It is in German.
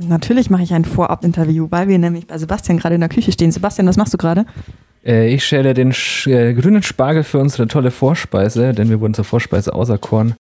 Natürlich mache ich ein Vorab-Interview, weil wir nämlich bei Sebastian gerade in der Küche stehen. Sebastian, was machst du gerade? Äh, ich schäle den Sch äh, grünen Spargel für unsere tolle Vorspeise, denn wir wurden zur Vorspeise auserkoren.